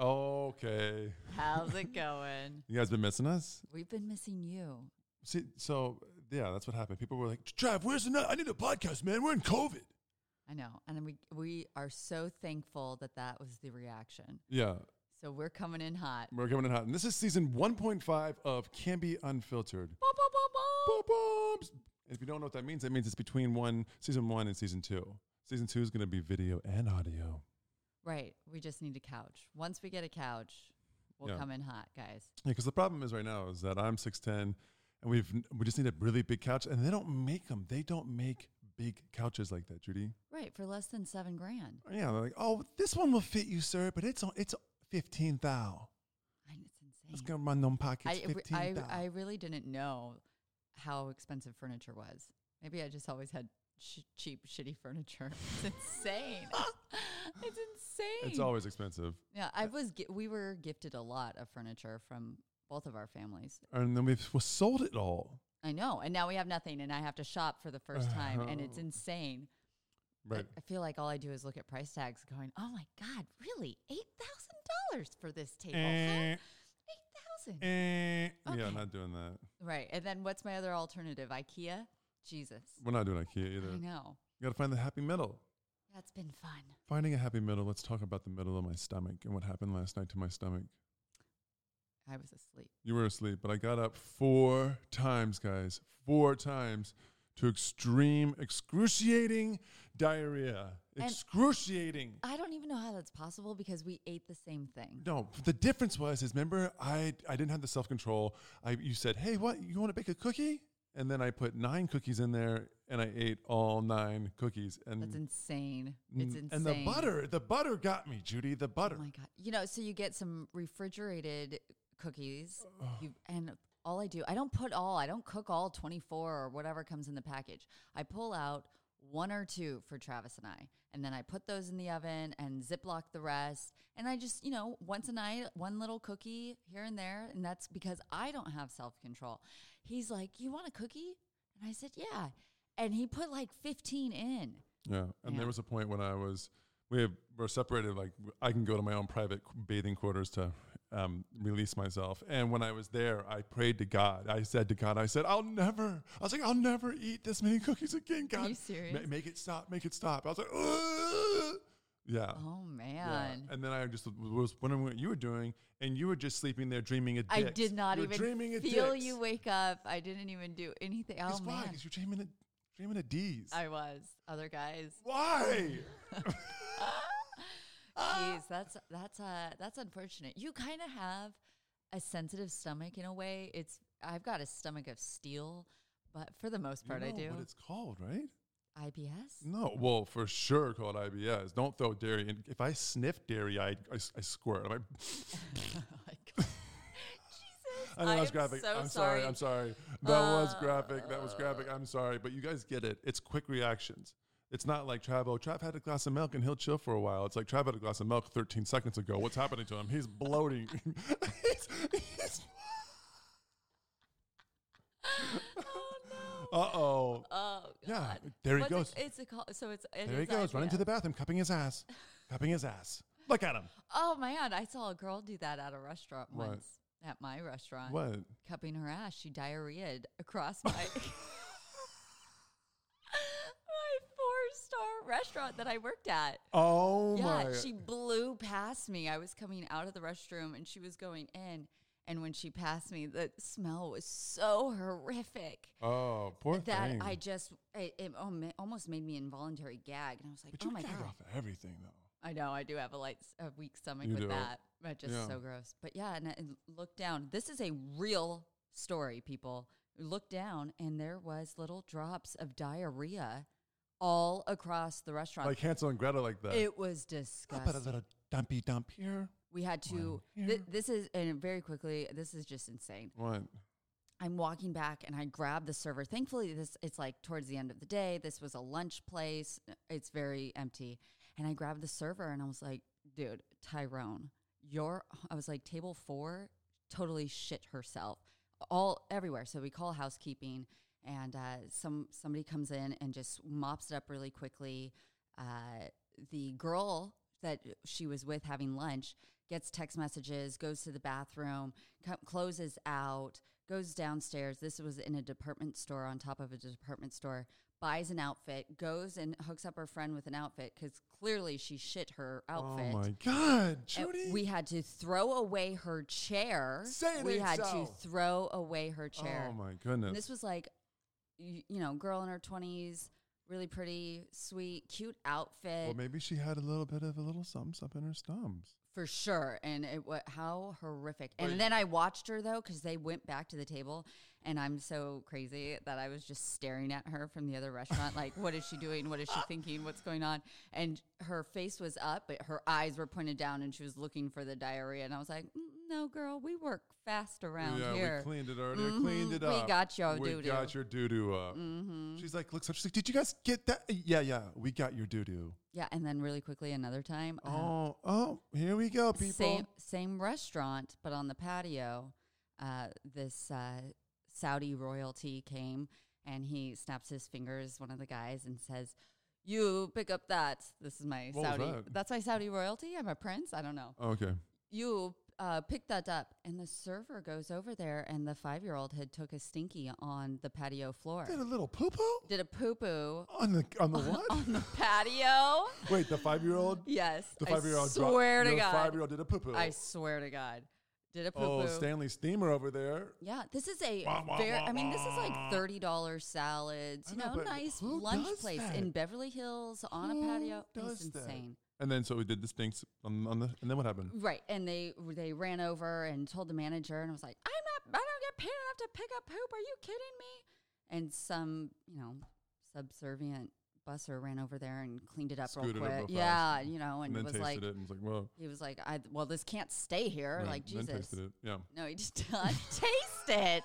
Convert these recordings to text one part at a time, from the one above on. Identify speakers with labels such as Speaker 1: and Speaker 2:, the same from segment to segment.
Speaker 1: Okay.
Speaker 2: How's it going?
Speaker 1: You guys been missing us?
Speaker 2: We've been missing you.
Speaker 1: See, so yeah, that's what happened. People were like, Trav, where's the nut? I need a podcast, man. We're in COVID.
Speaker 2: I know. And then we we are so thankful that that was the reaction.
Speaker 1: Yeah.
Speaker 2: So we're coming in hot.
Speaker 1: We're coming in hot. And this is season 1.5 of Can Be Unfiltered.
Speaker 2: Bop, bop, bop, bop.
Speaker 1: Boom, booms. If you don't know what that means, that means it's between one season one and season two. Season two is going to be video and audio.
Speaker 2: Right. We just need a couch. Once we get a couch, we'll
Speaker 1: Yeah.
Speaker 2: come in hot, guys.
Speaker 1: Yeah, because the problem is right now is that I'm six ten, and we've we just need a really big couch, and they don't make them. They don't make big couches like that, Judy.
Speaker 2: Right. For less than seven grand.
Speaker 1: Yeah, they're like, oh, this one will fit you, sir, but it's on, it's fifteen thou.
Speaker 2: I, it's insane.
Speaker 1: Let's go run them pockets.
Speaker 2: I, re-
Speaker 1: Fifteen
Speaker 2: I,
Speaker 1: thou.
Speaker 2: I really didn't know how expensive furniture was. Maybe I just always had sh- cheap, shitty furniture. It's insane. it's insane.
Speaker 1: It's always expensive,
Speaker 2: yeah, I was. Gi- we were gifted a lot of furniture from both of our families.
Speaker 1: and then we've we sold it all.
Speaker 2: I know, and now we have nothing, and I have to shop for the first time, and it's
Speaker 1: Oh.
Speaker 2: insane. I-
Speaker 1: Right.
Speaker 2: I feel like all I do is look at price tags, going, "Oh my god, really? Eight thousand dollars for this table? huh?
Speaker 1: Eh,
Speaker 2: Eight thousand?
Speaker 1: eh. Yeah,
Speaker 2: Okay.
Speaker 1: not doing that.
Speaker 2: Right? And then what's my other alternative? IKEA? Jesus,
Speaker 1: We're not doing IKEA either.
Speaker 2: I
Speaker 1: You
Speaker 2: know.
Speaker 1: got to find the happy middle.
Speaker 2: That's been fun.
Speaker 1: Finding a happy middle. Let's talk about the middle of my stomach and what happened last night to my stomach.
Speaker 2: I was asleep.
Speaker 1: You were asleep, but I got up four times, guys. Four times to extreme, excruciating diarrhea.
Speaker 2: And-
Speaker 1: excruciating.
Speaker 2: I don't even know how that's possible because we ate the same thing.
Speaker 1: no, the difference was is remember I I didn't have the self control. I you said, hey, what you want to bake a cookie? And then I put nine cookies in there, and I ate all nine cookies. And
Speaker 2: That's insane. It's
Speaker 1: mm,
Speaker 2: insane.
Speaker 1: and the butter, the butter got me, Judy. The butter.
Speaker 2: Oh my god! You know, so you get some refrigerated cookies, you, and all I do, I don't put all, I don't cook all twenty four or whatever comes in the package. I pull out one or two for Travis and I, and then I put those in the oven and Ziploc the rest. And I just, you know, once a night, one little cookie here and there, and that's because I don't have self control. He's like, "You want a cookie?" And I said, "Yeah," and he put like fifteen in.
Speaker 1: Yeah, and
Speaker 2: Yeah.
Speaker 1: there was a point when I was we have, were separated. Like I can go to my own private qu- bathing quarters to um, release myself. And when I was there, I prayed to God. I said to God, I said, "I'll never." I was like, "I'll never eat this many cookies again, God.
Speaker 2: you
Speaker 1: Ma-
Speaker 2: serious?
Speaker 1: make it stop. Make it stop." I was like, Ugh! "Yeah."
Speaker 2: Oh
Speaker 1: yeah.
Speaker 2: man!
Speaker 1: And then I just was wondering what you were doing, and you were just sleeping there dreaming of
Speaker 2: I
Speaker 1: dicks.
Speaker 2: did not
Speaker 1: you were
Speaker 2: even
Speaker 1: dreaming of
Speaker 2: feel
Speaker 1: dicks.
Speaker 2: you wake up. I didn't even do anything. Oh
Speaker 1: Because why?
Speaker 2: man,
Speaker 1: 'Cause you're dreaming of, dreaming of D's.
Speaker 2: I was other guys.
Speaker 1: why? Ah!
Speaker 2: Jeez, that's that's uh that's unfortunate. You kind of have a sensitive stomach in a way. It's I've got a stomach of steel, but for the most
Speaker 1: You
Speaker 2: part, I
Speaker 1: know
Speaker 2: do
Speaker 1: What it's called, right?
Speaker 2: IBS.
Speaker 1: No, well, for sure called IBS. Don't throw dairy. in. if I sniff dairy, I, I, I squirt. I'm like,
Speaker 2: oh my god. Jesus,
Speaker 1: I know
Speaker 2: I
Speaker 1: that's
Speaker 2: am
Speaker 1: graphic.
Speaker 2: so
Speaker 1: I'm sorry.
Speaker 2: sorry. Uh,
Speaker 1: I'm sorry. That was graphic. That was graphic. I'm sorry. But you guys get it. It's quick reactions. It's not like Trav, oh, Trav had a glass of milk and he'll chill for a while. It's like Trav had a glass of milk 13 seconds ago. What's happening to him? He's bloating. He's- he's-
Speaker 2: oh no.
Speaker 1: Uh-oh.
Speaker 2: Oh god.
Speaker 1: Yeah, there he
Speaker 2: What's
Speaker 1: goes.
Speaker 2: it- It's a call. So it's it
Speaker 1: There he
Speaker 2: is
Speaker 1: goes, running to
Speaker 2: IBS.
Speaker 1: the bathroom, cupping his ass. cupping his ass. Look at him.
Speaker 2: Oh man, I saw a girl do that at a restaurant
Speaker 1: What?
Speaker 2: once. At my restaurant.
Speaker 1: What?
Speaker 2: Cupping her ass, she diarrheaed across my my four star restaurant that I worked at.
Speaker 1: Oh,
Speaker 2: yeah,
Speaker 1: my.
Speaker 2: she blew past me. I was coming out of the restroom and she was going in. And when she passed me, the smell was so horrific
Speaker 1: oh, poor
Speaker 2: that
Speaker 1: thing.
Speaker 2: I just, it, it almo- almost made me involuntary gag. And I was like,
Speaker 1: But
Speaker 2: oh
Speaker 1: you
Speaker 2: my
Speaker 1: gag
Speaker 2: God.
Speaker 1: off of everything though.
Speaker 2: I know I do have a light, s- a weak stomach
Speaker 1: You
Speaker 2: with
Speaker 1: do.
Speaker 2: that, but just
Speaker 1: Yeah.
Speaker 2: so gross. But yeah, and, I- and look down. This is a real story, people. Look down, and there was little drops of diarrhea all across the restaurant.
Speaker 1: Like Hansel and Gretel, like that.
Speaker 2: Uh, it was
Speaker 1: I put a
Speaker 2: disgusting.
Speaker 1: little dumpy dump here.
Speaker 2: We had to.
Speaker 1: One
Speaker 2: Th-
Speaker 1: here.
Speaker 2: this is and very quickly. This is just insane.
Speaker 1: What?
Speaker 2: I'm walking back and I grab the server. Thankfully, this it's like towards the end of the day. This was a lunch place. It's very empty. And I grabbed the server and I was like, dude, Tyrone, your I was like, table four totally shit herself. All everywhere. So we call housekeeping and uh, some somebody comes in and just mops it up really quickly. Uh, the girl that she was with having lunch gets text messages, goes to the bathroom, co- closes out, goes downstairs. This was in a department store on top of a department store, buys an outfit, goes and hooks up her friend with an outfit because clearly she shit her outfit.
Speaker 1: Oh my God,
Speaker 2: And
Speaker 1: Judy.
Speaker 2: Uh, We had to throw away her chair.
Speaker 1: Say it
Speaker 2: we
Speaker 1: ain't
Speaker 2: had
Speaker 1: so.
Speaker 2: to throw away her chair.
Speaker 1: Oh my goodness.
Speaker 2: And this was like, you, you know, girl in her 20s, really pretty, sweet, cute outfit.
Speaker 1: well, maybe she had a little bit of a little something up in her stumps.
Speaker 2: For sure. And it wa how horrific.
Speaker 1: But-
Speaker 2: And then I watched her though, because they went back to the table, and I'm so crazy that I was just staring at her from the other restaurant, like, what is she doing? What is she thinking? What's going on? And her face was up, but her eyes were pointed down, and she was looking for the diarrhea. And I was like, "Mm, no, girl, we work fast around
Speaker 1: yeah,
Speaker 2: here.
Speaker 1: we cleaned it already. I cleaned
Speaker 2: Mhm,
Speaker 1: it
Speaker 2: we
Speaker 1: up.
Speaker 2: got your
Speaker 1: We
Speaker 2: doo-doo. Mm-hmm.
Speaker 1: got your doo doo up. She's like, looks up. She's like, did you guys get that? Yeah, yeah. We got your doo doo.
Speaker 2: yeah. And then really quickly another time. uh,
Speaker 1: Oh, oh, here we go, people.
Speaker 2: Same same restaurant, but on the patio, uh, this uh, Saudi royalty came and he snaps his fingers, one of the guys, and says, "You pick up that." This is my
Speaker 1: What was
Speaker 2: Saudi.
Speaker 1: that?
Speaker 2: That's my Saudi royalty. I'm a prince. I don't know.
Speaker 1: Okay.
Speaker 2: You uh, pick that up, and the server goes over there, and the five year old had took a stinky on the patio floor,
Speaker 1: Did a little poo poo
Speaker 2: did a poo poo
Speaker 1: on the on the what?
Speaker 2: on the patio.
Speaker 1: Wait, the five year old.
Speaker 2: Yes,
Speaker 1: The five year old.
Speaker 2: I swear to
Speaker 1: your
Speaker 2: God.
Speaker 1: Five year old did a poo poo.
Speaker 2: I swear to God. Did a poo poo.
Speaker 1: Oh, Stanley Steamer over there.
Speaker 2: Yeah, this is a
Speaker 1: Wah, wah,
Speaker 2: very.
Speaker 1: wah,
Speaker 2: I mean, this is
Speaker 1: wah.
Speaker 2: like thirty dollars salads.
Speaker 1: I
Speaker 2: You
Speaker 1: know,
Speaker 2: know,
Speaker 1: but
Speaker 2: nice
Speaker 1: who
Speaker 2: lunch
Speaker 1: does
Speaker 2: place
Speaker 1: that?
Speaker 2: in Beverly Hills on
Speaker 1: Who
Speaker 2: a patio.
Speaker 1: does
Speaker 2: It's
Speaker 1: that?
Speaker 2: insane. Mm,
Speaker 1: And then so we did the stinks on, on the and then what happened?
Speaker 2: Right, and they they ran over and told the manager, and I was like, I'm not. I don't get paid enough to pick up poop. Are you kidding me? And some, you know, subservient busser ran over there and cleaned it up
Speaker 1: Scooted it
Speaker 2: real
Speaker 1: up
Speaker 2: quick.
Speaker 1: real fast.
Speaker 2: yeah, you know,
Speaker 1: And,
Speaker 2: and,
Speaker 1: then
Speaker 2: was
Speaker 1: tasted
Speaker 2: like,
Speaker 1: it and was like, well,
Speaker 2: he was like, I well, this can't stay here.
Speaker 1: right,
Speaker 2: Like
Speaker 1: Then
Speaker 2: Jesus.
Speaker 1: tasted it. Yeah.
Speaker 2: No, he did not taste it.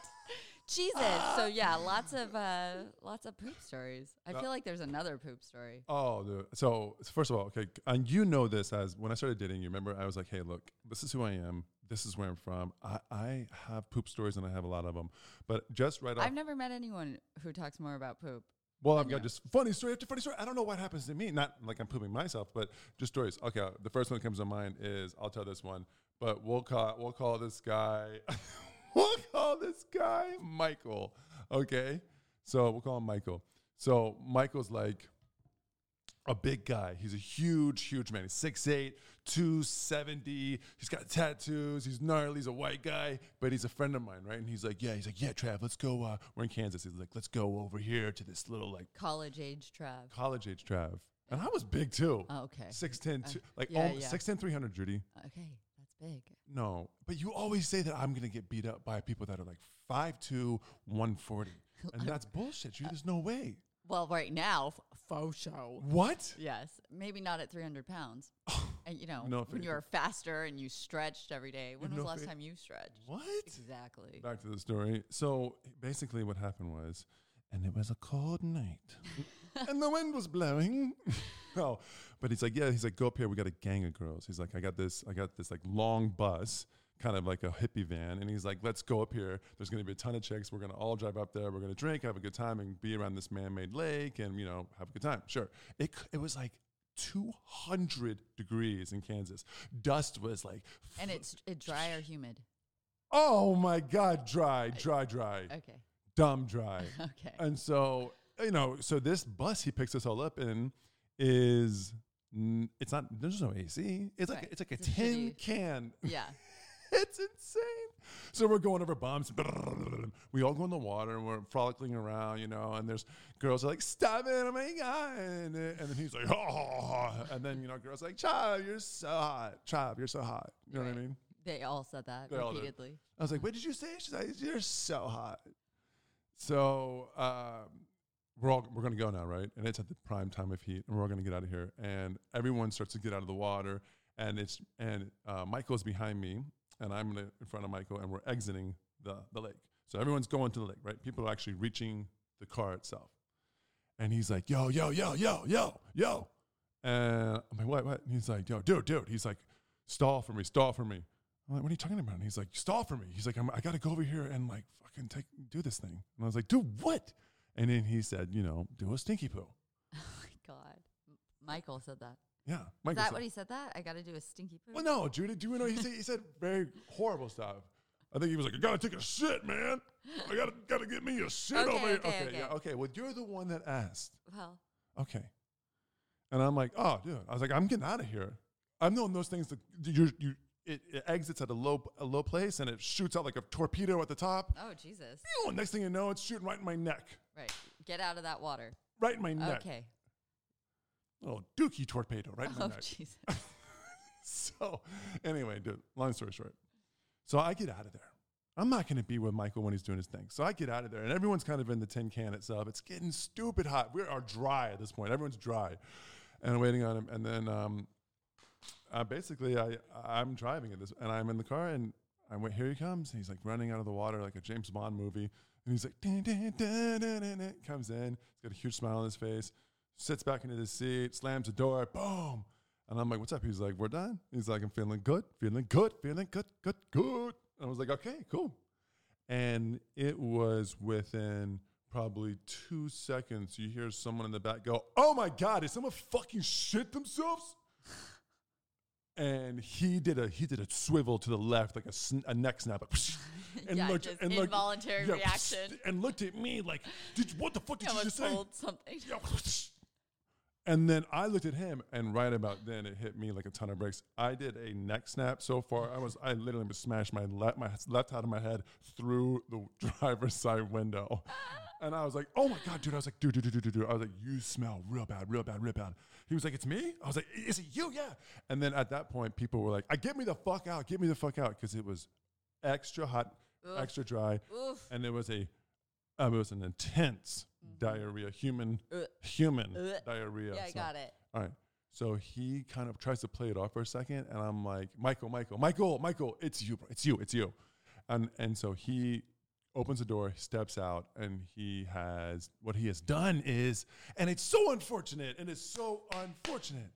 Speaker 2: Jesus. So yeah, lots of uh, lots of poop stories. I feel like there's another poop story.
Speaker 1: Oh, dude. So first of all, okay, and you know this as when I started dating you. Remember, I was like, "Hey, look, this is who I am. This is where I'm from. I, I have poop stories, and I have a lot of them. But just right off,
Speaker 2: I've never met anyone who talks more about poop.
Speaker 1: well, I've got just funny story after funny story. I don't know what happens to me. Not like I'm pooping myself, but just stories. Okay, the first one that comes to mind is I'll tell this one, but we'll call we'll call this guy we'll call this guy Michael. Okay, so we'll call him Michael. So Michael's like a big guy. He's a huge, huge man. He's 6'8, 270. He's got tattoos. He's gnarly. He's a white guy, but he's a friend of mine, right? And he's like, Yeah, he's like, Yeah, Trav, let's go. Uh, we're in Kansas. He's like, Let's go over here to this little like
Speaker 2: College age Trav.
Speaker 1: college age Trav. And I was big too.
Speaker 2: Oh, okay.
Speaker 1: 6'10, two, like
Speaker 2: yeah,
Speaker 1: almo-
Speaker 2: yeah.
Speaker 1: 6'10, 300, Judy.
Speaker 2: Okay, that's big.
Speaker 1: No, but you always say that I'm going to get beat up by people that are like 5'2, 140. And that's bullshit,
Speaker 2: Uh,
Speaker 1: Judy. There's no way.
Speaker 2: Well, right now, f- faux show.
Speaker 1: What?
Speaker 2: Yes, maybe not at 300 pounds. and you know,
Speaker 1: No,
Speaker 2: when
Speaker 1: fa-
Speaker 2: you were faster and you stretched every day. When was
Speaker 1: No
Speaker 2: the last
Speaker 1: fa-
Speaker 2: time you stretched?
Speaker 1: What?
Speaker 2: Exactly.
Speaker 1: Back to the story. So basically, what happened was, and it was a cold night, and the wind was blowing. oh, but he's like, yeah, he's like, go up here. We got a gang of girls. He's like, I got this, I got this like long bus, kind of like a hippie van, and he's like, let's go up here. There's gonna be a ton of chicks. We're gonna all drive up there. We're gonna drink, have a good time, and be around this man-made lake, and you know, have a good time. Sure. It c- it was like. 200 degrees in Kansas. Dust was like,
Speaker 2: And it's it dry or humid.
Speaker 1: oh my God, dry, dry, dry
Speaker 2: Okay.
Speaker 1: dumb dry.
Speaker 2: Okay.
Speaker 1: And so, you know, so this bus he picks us all up in is n- it's not there's no AC. It's like
Speaker 2: Right.
Speaker 1: it's like a
Speaker 2: It's a
Speaker 1: tin
Speaker 2: shitty-
Speaker 1: can.
Speaker 2: yeah.
Speaker 1: It's insane. So we're going over bumps. We all go in the water and we're frolicking around, you know. And there's girls are like, "Stop it! Oh my god!" And, and then he's like, "Oh!" And then you know, girls are like, "Chav, you're so hot. Chav, you're so hot." You know what I
Speaker 2: Right.
Speaker 1: mean?
Speaker 2: They all said that
Speaker 1: They all did.
Speaker 2: repeatedly.
Speaker 1: I was like, "What did you say?" She's like, "You're so hot." So um, we're all we're gonna go now, right? And it's at the prime time of heat, and we're all gonna get out of here. And everyone starts to get out of the water, and it's and uh, Michael's behind me, and I'm gonna- in front of Michael, and we're exiting the the lake. So everyone's going to the lake, right? People are actually reaching the car itself, and he's like, "Yo, yo, yo, yo, yo, yo," and I'm like, "What, what?" And he's like, "Yo, dude, dude," he's like, "Stall for me, stall for me." I'm like, what are you talking about? And he's like, stall for me. He's like, I'm, I got to go over here and like fucking take, do this thing. And I was like, do what? And then he said, you know, do a stinky poo.
Speaker 2: Oh my God. M- Michael said that.
Speaker 1: Yeah,
Speaker 2: Is
Speaker 1: Mike was
Speaker 2: that
Speaker 1: like-
Speaker 2: what he said? That I got to do a stinky poo.
Speaker 1: Well, no, Judy. Do you know he said, he said very horrible stuff. I think he was like, "I gotta take a shit, man. I gotta gotta get me a shit
Speaker 2: Okay,
Speaker 1: over here."
Speaker 2: okay, okay.
Speaker 1: yeah, okay. Well, you're the one that asked.
Speaker 2: Well,
Speaker 1: Okay, and I'm like, "Oh, dude," I was like, "I'm getting out of here." I'm knowing those things that you you it, it exits at a low a low place and it shoots out like a torpedo at the top.
Speaker 2: oh Jesus!
Speaker 1: Ew, and next thing you know, it's shooting right in my neck,
Speaker 2: Right, get out of that water.
Speaker 1: right in my neck.
Speaker 2: Okay.
Speaker 1: Little dookie torpedo, right in my
Speaker 2: Oh
Speaker 1: neck.
Speaker 2: Jesus!
Speaker 1: so anyway, dude, long story short. So I get out of there. I'm not going to be with Michael when he's doing his thing. So I get out of there, and everyone's kind of in the tin can itself. It's getting stupid hot. We are dry at this point. Everyone's dry, and I'm waiting on him. And then, um, uh, basically, I I'm driving at this, and I'm in the car, and I went, here he comes. And he's like running out of the water like a James Bond movie, and he's like, dun, dun, dun, dun, dun, dun, comes in. He's got a huge smile on his face. Sits back into his seat, slams the door, boom. And I'm like, what's up? He's like, we're done. He's like, I'm feeling good, feeling good, feeling good, good, good. And I was like, okay, cool. And it was within probably two seconds, you hear someone in the back go, oh my God, did someone fucking shit themselves? And he did a he did a swivel to the left like a, sn- a neck snap, like,
Speaker 2: Yeah, just involuntary reaction.
Speaker 1: and looked at me like, did what the fuck did you
Speaker 2: Someone
Speaker 1: just say?
Speaker 2: pulled something.
Speaker 1: Yeah. And then I looked at him, and right about then it hit me like a ton of bricks. I did a neck snap so far. I was I literally was smashed my left my left out of my head through the driver's side window, and I was like, "Oh my god, dude!" I was like, "Dude, dude, dude, dude, dude, dude!" I was like, "You smell real bad, real bad, real bad." He was like, "It's me." I was like, "I- "Is it you?" Yeah. And then at that point, people were like, "I get me the fuck out, get me the fuck out," because it was extra hot,
Speaker 2: Ugh.
Speaker 1: extra dry,
Speaker 2: Oof.
Speaker 1: and it was a um, it was an intense diarrhea, human
Speaker 2: Ugh.
Speaker 1: human
Speaker 2: Ugh.
Speaker 1: diarrhea.
Speaker 2: yeah, I got it.
Speaker 1: All right. So he kind of tries to play it off for a second, and I'm like, Michael, Michael, Michael, Michael, it's you, bro. it's you, it's you, and and so he opens the door, steps out, and he has what he has done is, and it's so unfortunate, and it's so unfortunate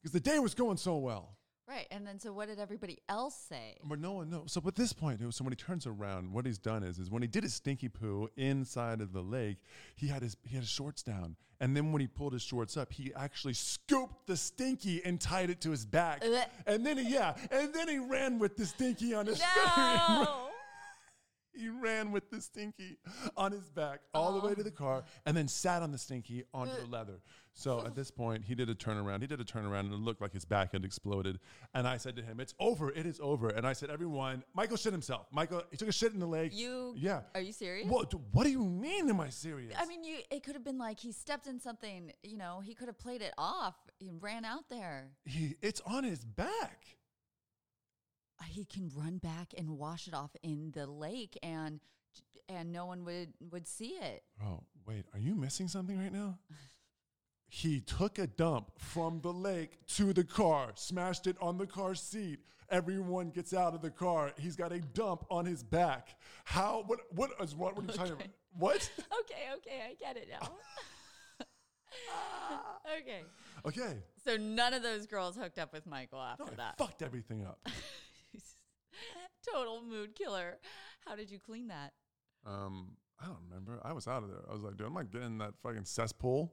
Speaker 1: because the day was going so well.
Speaker 2: Right, and then so what did everybody else say?
Speaker 1: But no one knows. So at this point, it was- so when he turns around, what he's done is, is when he did his stinky poo inside of the lake, he had his he had his shorts down, and then when he pulled his shorts up, he actually scooped the stinky and tied it to his back,
Speaker 2: Ugh.
Speaker 1: and then he, yeah, and then he ran with the stinky on his
Speaker 2: No.
Speaker 1: he ran with the stinky on his back all the way to the car and then sat on the stinky onto the leather. So at this point, he did a turnaround. He did a turnaround and it looked like his back had exploded. And I said to him, It's over. It is over. And I said, Everyone, Michael shit himself. Michael, he took a shit in the lake.
Speaker 2: You
Speaker 1: Yeah.
Speaker 2: Are you serious?
Speaker 1: What, what do you mean? Am I serious?
Speaker 2: I mean, you. It could have been like he stepped in something. You know, he could have played it off. He ran out there.
Speaker 1: he, it's on his back.
Speaker 2: Uh, He can run back and wash it off in the lake, and and no one would would see it.
Speaker 1: Bro, wait, are you missing something right now? He took a dump from the lake to the car, smashed it on the car seat. Everyone gets out of the car. He's got a dump on his back. How? What? What is what? What are you talking about?
Speaker 2: Okay.
Speaker 1: What?
Speaker 2: Okay, okay, I get it now. okay,
Speaker 1: Okay.
Speaker 2: so none of those girls hooked up with Michael
Speaker 1: No,
Speaker 2: after
Speaker 1: I
Speaker 2: that.
Speaker 1: fucked everything up.
Speaker 2: Total mood killer. How did you clean that?
Speaker 1: Um, I don't remember. I was out of there. I was like, dude, I'm not getting in that fucking cesspool,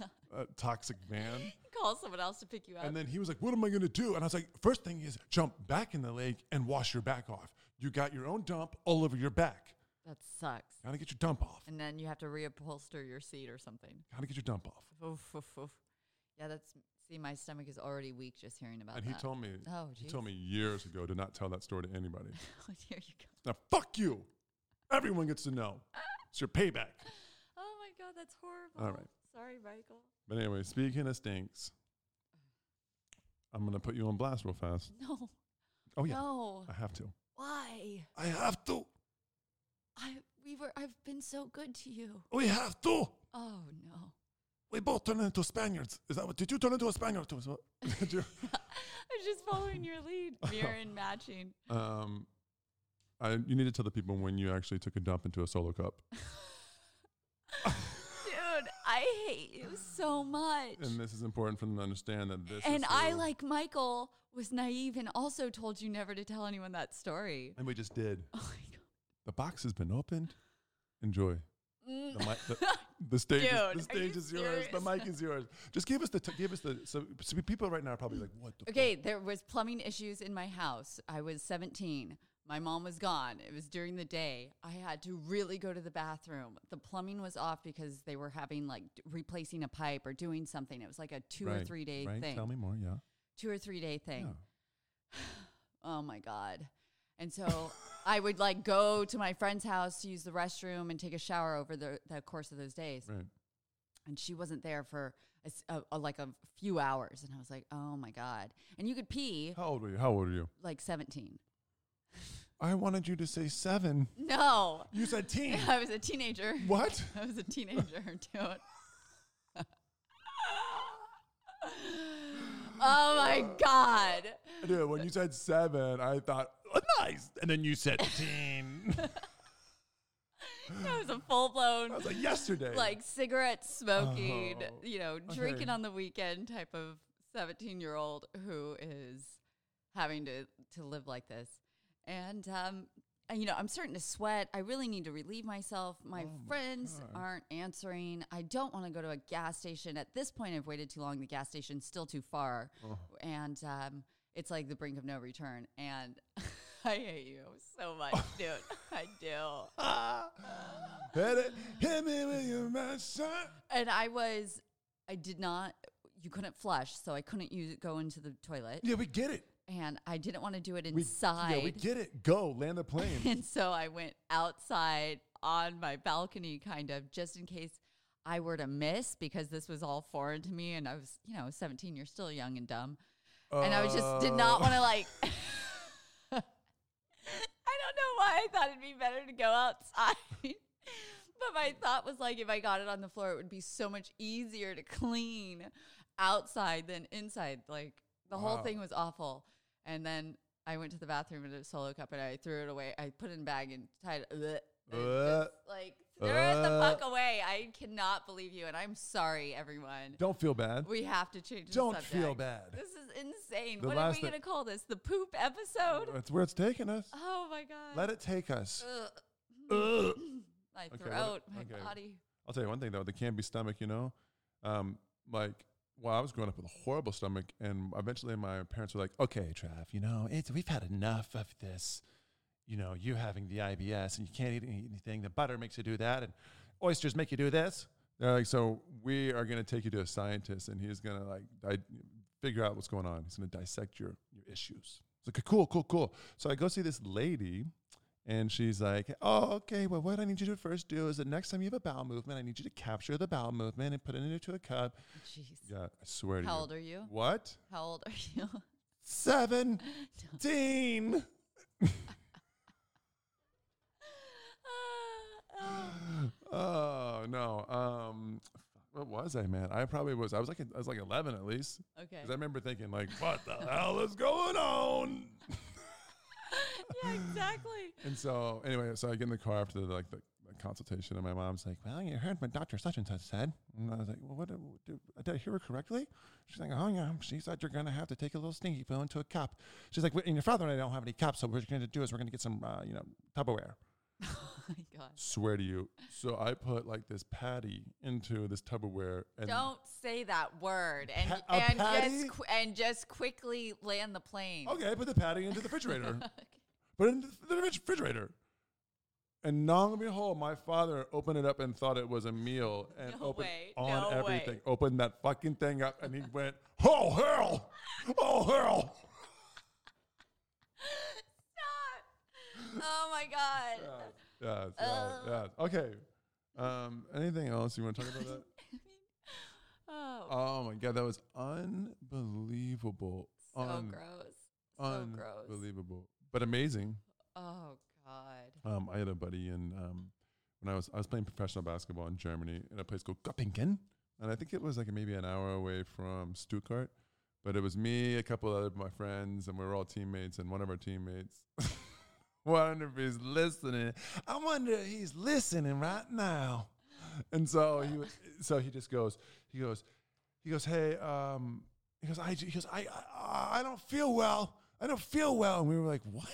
Speaker 2: yeah,
Speaker 1: uh, toxic van.
Speaker 2: call someone else to pick you up.
Speaker 1: And then he was like, What am I going to do? And I was like, First thing is jump back in the lake and wash your back off. You got your own dump all over your back.
Speaker 2: that sucks.
Speaker 1: Gotta get your dump off.
Speaker 2: And then you have to reupholster your seat or something.
Speaker 1: Gotta get your dump off.
Speaker 2: Oof, oof, oof. Yeah, that's see, my stomach is already weak just hearing about
Speaker 1: And
Speaker 2: that.
Speaker 1: he told me,
Speaker 2: Oh,
Speaker 1: he
Speaker 2: jeez.
Speaker 1: told me years ago to not tell that story to anybody.
Speaker 2: oh, here you go.
Speaker 1: now, fuck you. Everyone gets to know. It's your payback.
Speaker 2: Oh my god, that's horrible.
Speaker 1: All right.
Speaker 2: Sorry, Michael.
Speaker 1: But anyway, speaking of stinks, I'm gonna put you on blast real fast.
Speaker 2: No.
Speaker 1: Oh yeah,
Speaker 2: No.
Speaker 1: I have to.
Speaker 2: Why?
Speaker 1: I have to.
Speaker 2: I we were I've been so good to you.
Speaker 1: We have to.
Speaker 2: Oh no.
Speaker 1: We both turn into Spaniards. Is that what? Did you turn into a Spaniard? too? Is what- Did you?
Speaker 2: I was just following your lead. Mirror and matching.
Speaker 1: Um, I, you need to tell the people when you actually took a dump into a solo cup.
Speaker 2: Dude, I hate you so much.
Speaker 1: And this is important for them to understand that this.
Speaker 2: And
Speaker 1: is
Speaker 2: I,
Speaker 1: for-
Speaker 2: like Michael, was naive and also told you never to tell anyone that story.
Speaker 1: And we just did.
Speaker 2: Oh my god.
Speaker 1: The box has been opened. Enjoy.
Speaker 2: Mm.
Speaker 1: The, mi- the, The stage,
Speaker 3: Dude,
Speaker 1: is,
Speaker 3: are
Speaker 1: the stage
Speaker 3: you
Speaker 1: is yours. The
Speaker 3: serious?
Speaker 1: mic is yours. Just give us the t- give us the. So, so people right now are probably like, "What the
Speaker 2: Okay, there was plumbing issues in my house. I was 17. My mom was gone. It was during the day. I had to really go to the bathroom. The plumbing was off because they were having like d- replacing a pipe or doing something. It was like a two or
Speaker 1: Right,
Speaker 2: three day
Speaker 1: right?
Speaker 2: thing.
Speaker 1: Tell me more. Yeah.
Speaker 2: Two or three day thing.
Speaker 1: Yeah.
Speaker 2: Oh my god. And so I would like go to my friend's house to use the restroom and take a shower over the, the course of those days.
Speaker 1: Right.
Speaker 2: and she wasn't there for a s a a like a few hours and i was like oh my god and you could pee
Speaker 1: How old were you? How old are you?
Speaker 2: like 17
Speaker 1: I wanted you to say seven.
Speaker 2: no
Speaker 1: You said teen.
Speaker 2: i was a teenager
Speaker 1: what?
Speaker 2: i was a teenager dude oh my god
Speaker 1: Dude, when you said seven, I thought, oh, nice. And then you said teen.
Speaker 2: i was a full-blown
Speaker 1: I was like, yesterday.
Speaker 2: like cigarette smoking
Speaker 1: Oh,
Speaker 2: you know drinking
Speaker 1: okay.
Speaker 2: on the weekend type of 17 year old who is having to to live like this and um and, you know i'm starting to sweat i really need to relieve myself
Speaker 1: Oh
Speaker 2: my friends aren't answering i don't want to go to a gas station at this point i've waited too long the gas station's still too far
Speaker 1: Oh.
Speaker 2: and um it's like the brink of no return and i hate you so much dude i do
Speaker 1: hit it, hit me with your best shot.
Speaker 2: and I was, I did not. You couldn't flush, so I couldn't use go into the toilet,
Speaker 1: Yeah, we get it.
Speaker 2: and I didn't want to do it
Speaker 1: We,
Speaker 2: inside.
Speaker 1: Yeah, we get it. Go, land the plane.
Speaker 2: and so I went outside on my balcony, kind of, just in case I were to miss, because this was all foreign to me, and I was, you know, seventeen. You're still young and dumb, and I was just did
Speaker 1: Oh.
Speaker 2: not want to like. I don't know why I thought it'd be better to go outside. But my thought was like, if I got it on the floor, it would be so much easier to clean outside than inside. Like the whole
Speaker 1: Wow.
Speaker 2: thing was awful. And then I went to the bathroom and a solo cup and I threw it away. I put it in a bag and tied it. bleh, and
Speaker 1: Uh,
Speaker 2: just, like throw it the
Speaker 1: uh.
Speaker 2: fuck away. I cannot believe you, and I'm sorry, everyone.
Speaker 1: Don't feel bad.
Speaker 2: we have to change. the
Speaker 1: Don't feel bad.
Speaker 2: subject. This is insane.
Speaker 1: The
Speaker 2: what are
Speaker 1: last
Speaker 2: we
Speaker 1: thing-
Speaker 2: gonna call this? The poop episode?
Speaker 1: That's where it's taking us.
Speaker 2: Oh my god!
Speaker 1: Let it take us.
Speaker 2: Ugh,
Speaker 1: Ugh.
Speaker 2: my
Speaker 1: Okay, let it-
Speaker 2: throat, my
Speaker 1: okay.
Speaker 2: body.
Speaker 1: I'll tell you one thing though, the can't be stomach, you know, um, like well, I was growing up with a horrible stomach, and eventually my parents were like, "Okay, Trav, you know, it's we've had enough of this. You know, you having the IBS and you can't eat any- anything. The butter makes you do that, and oysters make you do this. They're like, so we are going to take you to a scientist, and he's going to like di- figure out what's going on. He's going to dissect your your issues. It's like cool, cool, cool. So I go see this lady. And she's like, "Oh, okay. Well, what I need you to first do is the next time you have a bowel movement, I need you to capture the bowel movement and put it into a cup."
Speaker 2: Jeez.
Speaker 1: Yeah, I swear to you.
Speaker 2: How old are you?
Speaker 1: What?
Speaker 2: How old are you?
Speaker 1: Seventeen. oh no. Um, what was I, man? I probably was. I was like, I was like eleven at least,
Speaker 2: okay.
Speaker 1: because I remember thinking, like, what the hell is going on?
Speaker 2: yeah, exactly.
Speaker 1: And so, anyway, so I get in the car after the, like the, the consultation, and my mom's like, "Well, you heard what Doctor Such and Such said," and I was like, "Well, what did, did, did I hear her correctly?" She's like, "Oh yeah, she said you're gonna have to take a little stinky pill into a cup." She's like, "Well, "And your father and I don't have any cups, so what we're gonna do is we're gonna get some, uh, you know, Tupperware."
Speaker 2: Oh my god.
Speaker 1: Swear to you. So I put like this patty into this Tupperware, and
Speaker 2: Don't say that word and
Speaker 1: Pa- a
Speaker 2: and
Speaker 1: patty?
Speaker 2: just qu- and just quickly land the plane.
Speaker 1: okay, I put the patty into the refrigerator. Put it in the fridge- refrigerator. And long and behold, my father opened it up and thought it was a meal and
Speaker 2: No
Speaker 1: opened
Speaker 2: way,
Speaker 1: on
Speaker 2: no way.
Speaker 1: everything. Opened that fucking thing up and he went, Oh hell! Oh hell!
Speaker 2: Stop. Oh my god.
Speaker 1: Yes, yes, yes. Okay. Um, anything else you want to talk about that?
Speaker 2: Oh,
Speaker 1: Oh my god, that was unbelievable.
Speaker 2: so
Speaker 1: Un-
Speaker 2: gross. So gross.
Speaker 1: unbelievable. But amazing.
Speaker 2: Oh god.
Speaker 1: Um, I had a buddy, and um, when I was I was playing professional basketball in Germany in a place called Göppingen, and I think it was like maybe an hour away from Stuttgart. But it was me, a couple other of my friends, and we were all teammates. And one of our teammates, wonder if he's listening. I wonder if he's listening right now. And so he was, so he just goes, he goes, he goes, hey, um, he goes, I, he goes, I, I, I don't feel well. I don't feel well. And we were like, what?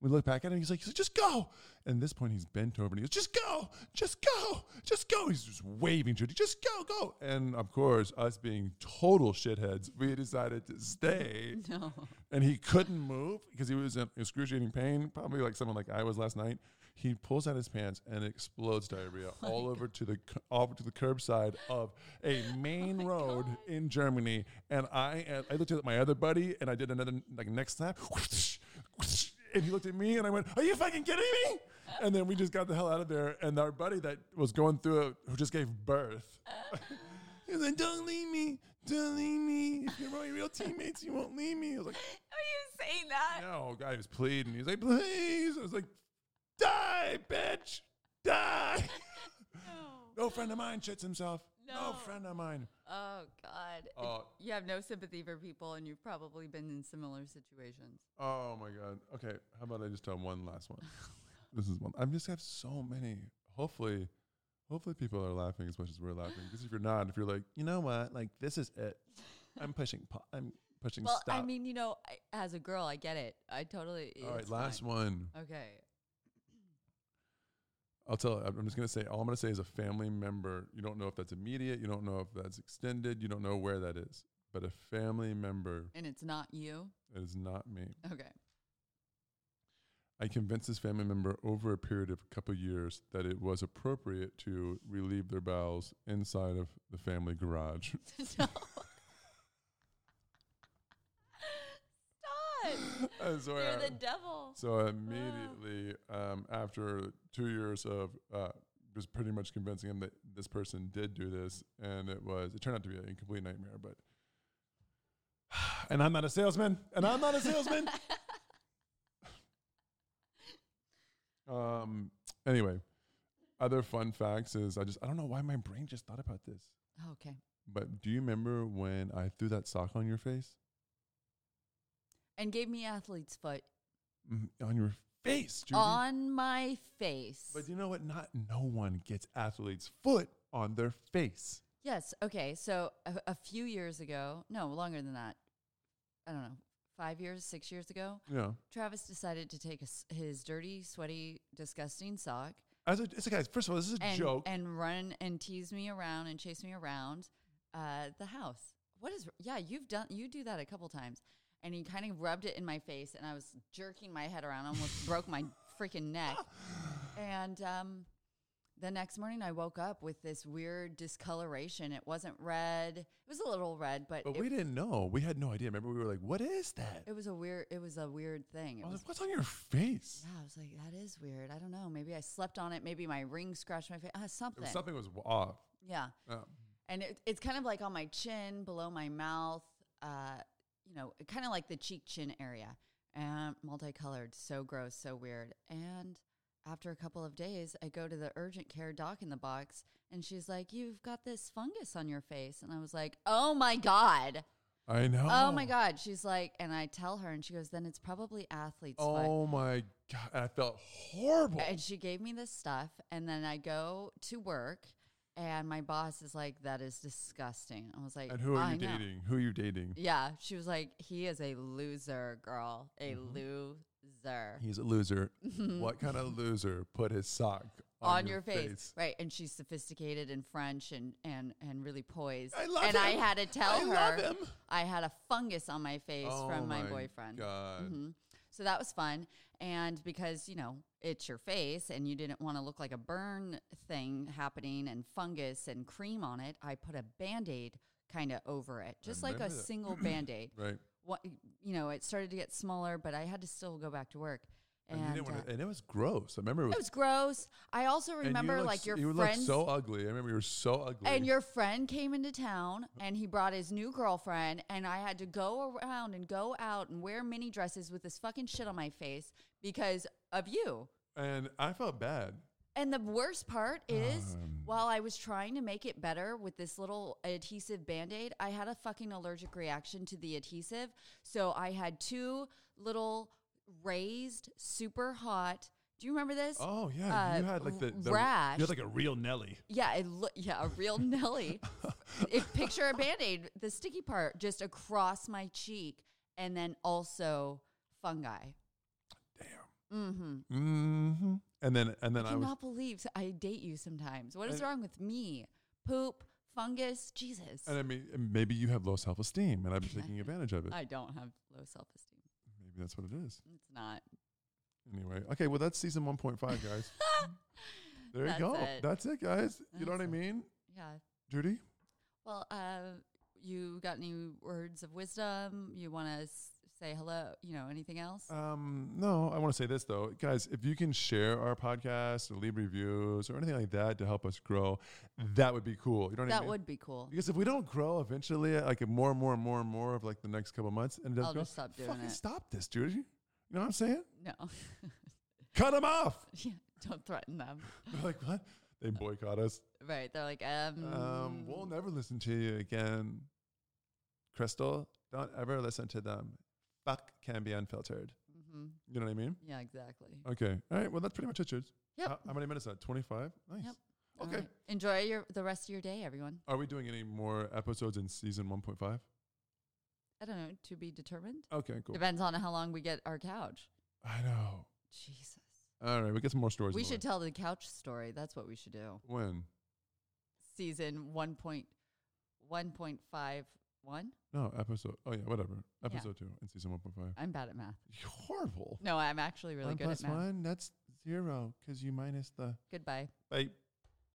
Speaker 1: We look back at him. He's like, he's like, just go. And at this point, he's bent over and he goes, just go, just go, just go. He's just waving Judy, just go, go. And of course, us being total shitheads, we decided to stay.
Speaker 2: No.
Speaker 1: And he couldn't move because he was in excruciating pain, probably like someone like I was last night. He pulls out his pants and it explodes diarrhea all over to the cu- over to the curbside of a main road in Germany. And I and I looked at my other buddy and I did another like next snap. And he looked at me and I went, Are you fucking kidding me? And then we just got the hell out of there. And our buddy that was going through it, who just gave birth, he was like, Don't leave me. Don't leave me. If you're my real teammates, you won't leave me. I was like,
Speaker 2: Are you saying that?
Speaker 1: No, guy was pleading. He was like, Please. I was like, Die, bitch. Die. No friend of mine shits himself. No,
Speaker 2: No.
Speaker 1: friend of mine.
Speaker 2: Oh God.
Speaker 1: Oh.
Speaker 2: you have no sympathy for people, and you've probably been in similar situations.
Speaker 1: Oh my god. Okay, how about I just tell one last one? this is one. I just have so many. Hopefully, hopefully people are laughing as much as we're laughing. Because if you're not, if you're like, you know what, like this is it. I'm pushing. Po- I'm pushing.
Speaker 2: Well,
Speaker 1: stop.
Speaker 2: I mean, you know, I, as a girl, I get it. I totally.
Speaker 1: all right,
Speaker 2: it's
Speaker 1: last
Speaker 2: fine.
Speaker 1: one.
Speaker 2: Okay.
Speaker 1: I'll tell. I'm just gonna say. All I'm gonna say is a family member. You don't know if that's immediate. You don't know if that's extended. You don't know where that is. But a family member
Speaker 2: And it's not you.
Speaker 1: that is not me.
Speaker 2: Okay.
Speaker 1: I convinced this family member over a period of a couple of years that it was appropriate to relieve their bowels inside of the family garage.
Speaker 2: no. Stop.
Speaker 1: And so,
Speaker 2: You're
Speaker 1: I-
Speaker 2: the devil.
Speaker 1: so immediately um, after two years of uh, just pretty much convincing him that this person did do this, and it was it turned out to be a complete nightmare. But and I'm not a salesman, and I'm not a salesman. um. Anyway, other fun facts is I just I don't know why my brain just thought about this.
Speaker 2: Okay.
Speaker 1: But do you remember when I threw that sock on your face?
Speaker 2: And gave me athlete's foot
Speaker 1: Mm, on your face, Judy.
Speaker 2: on my face.
Speaker 1: But you know what? Not no one gets athlete's foot on their face.
Speaker 2: Yes. Okay. So a, a few years ago, no, longer than that. I don't know, five years, six years ago,
Speaker 1: Yeah.
Speaker 2: Travis decided to take his, his dirty, sweaty, disgusting sock
Speaker 1: As a, it's a guys, first of all, this is a
Speaker 2: and
Speaker 1: joke.
Speaker 2: and run and tease me around and chase me around uh, the house. What is? Yeah, you've done you do that a couple times, and he kind of rubbed it in my face, and I was jerking my head around, almost broke my freaking neck. And um, the next morning, I woke up with this weird discoloration. It wasn't red; it was a little red, but,
Speaker 1: but
Speaker 2: it,
Speaker 1: we didn't know. We had no idea. Remember, we were like, "What is that?"
Speaker 2: it was a weird. It was a weird thing. It
Speaker 1: I was
Speaker 2: was
Speaker 1: like, "What's on your face?"
Speaker 2: yeah, I was like, that is weird. I don't know. Maybe I slept on it. Maybe my ring scratched my face. Ah,
Speaker 1: It
Speaker 2: something.
Speaker 1: was, something was w- off.
Speaker 2: Yeah.
Speaker 1: Oh.
Speaker 2: and it, it's kind of like on my chin, below my mouth, uh, you know, kind of like the cheek chin area, and multicolored, so gross, so weird. And after a couple of days, I go to the urgent care doc in the box, and she's like, "You've got this fungus on your face," and I was like, "Oh my god."
Speaker 1: I know.
Speaker 2: Oh my God. She's like, and I tell her, and she goes, then it's probably athlete's foot.
Speaker 1: Oh my god! And I felt horrible.
Speaker 2: And she gave me this stuff, and then I go to work, and my boss is like, "That is disgusting." I was like,
Speaker 1: and who are
Speaker 2: "I
Speaker 1: you
Speaker 2: know."
Speaker 1: dating? Who are you dating?
Speaker 2: Yeah, she was like, "He is a loser, girl, a
Speaker 1: Mm-hmm.
Speaker 2: loser
Speaker 1: He's a loser. what kind of loser put his sock on,
Speaker 2: on your face. right?" And she's sophisticated and French and and and really poised.
Speaker 1: I love
Speaker 2: and I
Speaker 1: him.
Speaker 2: had to tell
Speaker 1: I
Speaker 2: her
Speaker 1: love him.
Speaker 2: I had a fungus on my face
Speaker 1: Oh
Speaker 2: from my, boyfriend.
Speaker 1: God.
Speaker 2: Mhm. So that was fun. And because, you know, it's your face and you didn't want to look like a burn thing happening and fungus and cream on it, I put a band aid kind of over it, just like a
Speaker 1: remember that.
Speaker 2: single band aid.
Speaker 1: Right.
Speaker 2: What, you know, it started to get smaller, but I had to still go back to work.
Speaker 1: And,
Speaker 2: And,
Speaker 1: you didn't
Speaker 2: uh,
Speaker 1: wanna, and it was gross. I remember it was
Speaker 2: it was gross. I also
Speaker 1: And you
Speaker 2: remember
Speaker 1: looked
Speaker 2: like
Speaker 1: s-
Speaker 2: your
Speaker 1: you
Speaker 2: friends.
Speaker 1: looked so ugly. I remember you were so ugly.
Speaker 2: And your friend came into town and he brought his new girlfriend, and I had to go around and go out and wear mini dresses with this fucking shit on my face because of you.
Speaker 1: and I felt bad.
Speaker 2: And the worst part is,
Speaker 1: Um.
Speaker 2: while I was trying to make it better with this little adhesive band aid, I had a fucking allergic reaction to the adhesive. So I had two little raised, super hot. Do you remember this?
Speaker 1: Oh yeah, you
Speaker 2: uh,
Speaker 1: had like the, the
Speaker 2: rash.
Speaker 1: You had like a real Nelly.
Speaker 2: Yeah, it lo- yeah, a real Nelly. it, picture a band aid, the sticky part just across my cheek, and then also fungi.
Speaker 1: Damn.
Speaker 2: Mm-hmm.
Speaker 1: hmm And then and then
Speaker 2: I
Speaker 1: I, was
Speaker 2: cannot believe s- I date you sometimes. What is
Speaker 1: And-
Speaker 2: wrong with me? Poop, fungus, Jesus.
Speaker 1: and I mean and maybe you have low self esteem and I've been taking advantage of it.
Speaker 2: I don't have low self esteem.
Speaker 1: Maybe that's what it is.
Speaker 2: It's not.
Speaker 1: Anyway, okay, well that's season one point five, guys. there you
Speaker 2: That's
Speaker 1: go.
Speaker 2: it.
Speaker 1: That's it, guys. You know what
Speaker 2: That's
Speaker 1: I
Speaker 2: it.
Speaker 1: mean,
Speaker 2: Yeah.
Speaker 1: Judy?
Speaker 2: Well, uh, you got any words of wisdom? You want to s- say hello? You know, anything else?
Speaker 1: Um, no, I want to say this though, guys. If you can share our podcast or leave reviews or anything like that to help us grow, that would be cool. You know what I
Speaker 2: that
Speaker 1: mean?
Speaker 2: would be cool.
Speaker 1: because if we don't grow eventually, like if more and more and more and more of like the next couple months, and it doesn't
Speaker 2: I'll
Speaker 1: grow,
Speaker 2: just stop doing
Speaker 1: fucking
Speaker 2: it.
Speaker 1: stop this, Judy. You know what I'm saying?
Speaker 2: No.
Speaker 1: Cut them off.
Speaker 2: yeah, don't threaten them.
Speaker 1: They're like, what? They boycott us.
Speaker 2: Right. They're like, um,
Speaker 1: Um, we'll never listen to you again. Crystal, don't ever listen to them. Fuck can be unfiltered.
Speaker 2: mhm.
Speaker 1: You know what I mean?
Speaker 2: yeah, exactly.
Speaker 1: Okay. All right. Well, that's pretty much it, Jude.
Speaker 2: Yep.
Speaker 1: How, how many minutes is that? 25? Nice.
Speaker 2: Yep. All
Speaker 1: Okay.
Speaker 2: right. Enjoy your the rest of your day, everyone.
Speaker 1: Are we doing any more episodes in season 1.5?
Speaker 2: I don't know, to be determined.
Speaker 1: Okay, cool.
Speaker 2: Depends on how long we get our couch.
Speaker 1: I know.
Speaker 2: Jesus.
Speaker 1: All right. We get some more stories.
Speaker 2: We
Speaker 1: in the
Speaker 2: should
Speaker 1: way.
Speaker 2: tell the couch story. That's what we should do.
Speaker 1: When?
Speaker 2: Season one point one point five one.
Speaker 1: No, episode. Oh, yeah, whatever. Episode two in season 1.5.
Speaker 2: I'm bad at math.
Speaker 1: You're horrible.
Speaker 2: No, I'm actually Uh, really
Speaker 1: one
Speaker 2: good at
Speaker 1: plus
Speaker 2: math.
Speaker 1: one, that's zero because you minus the.
Speaker 2: Goodbye.
Speaker 1: Bye.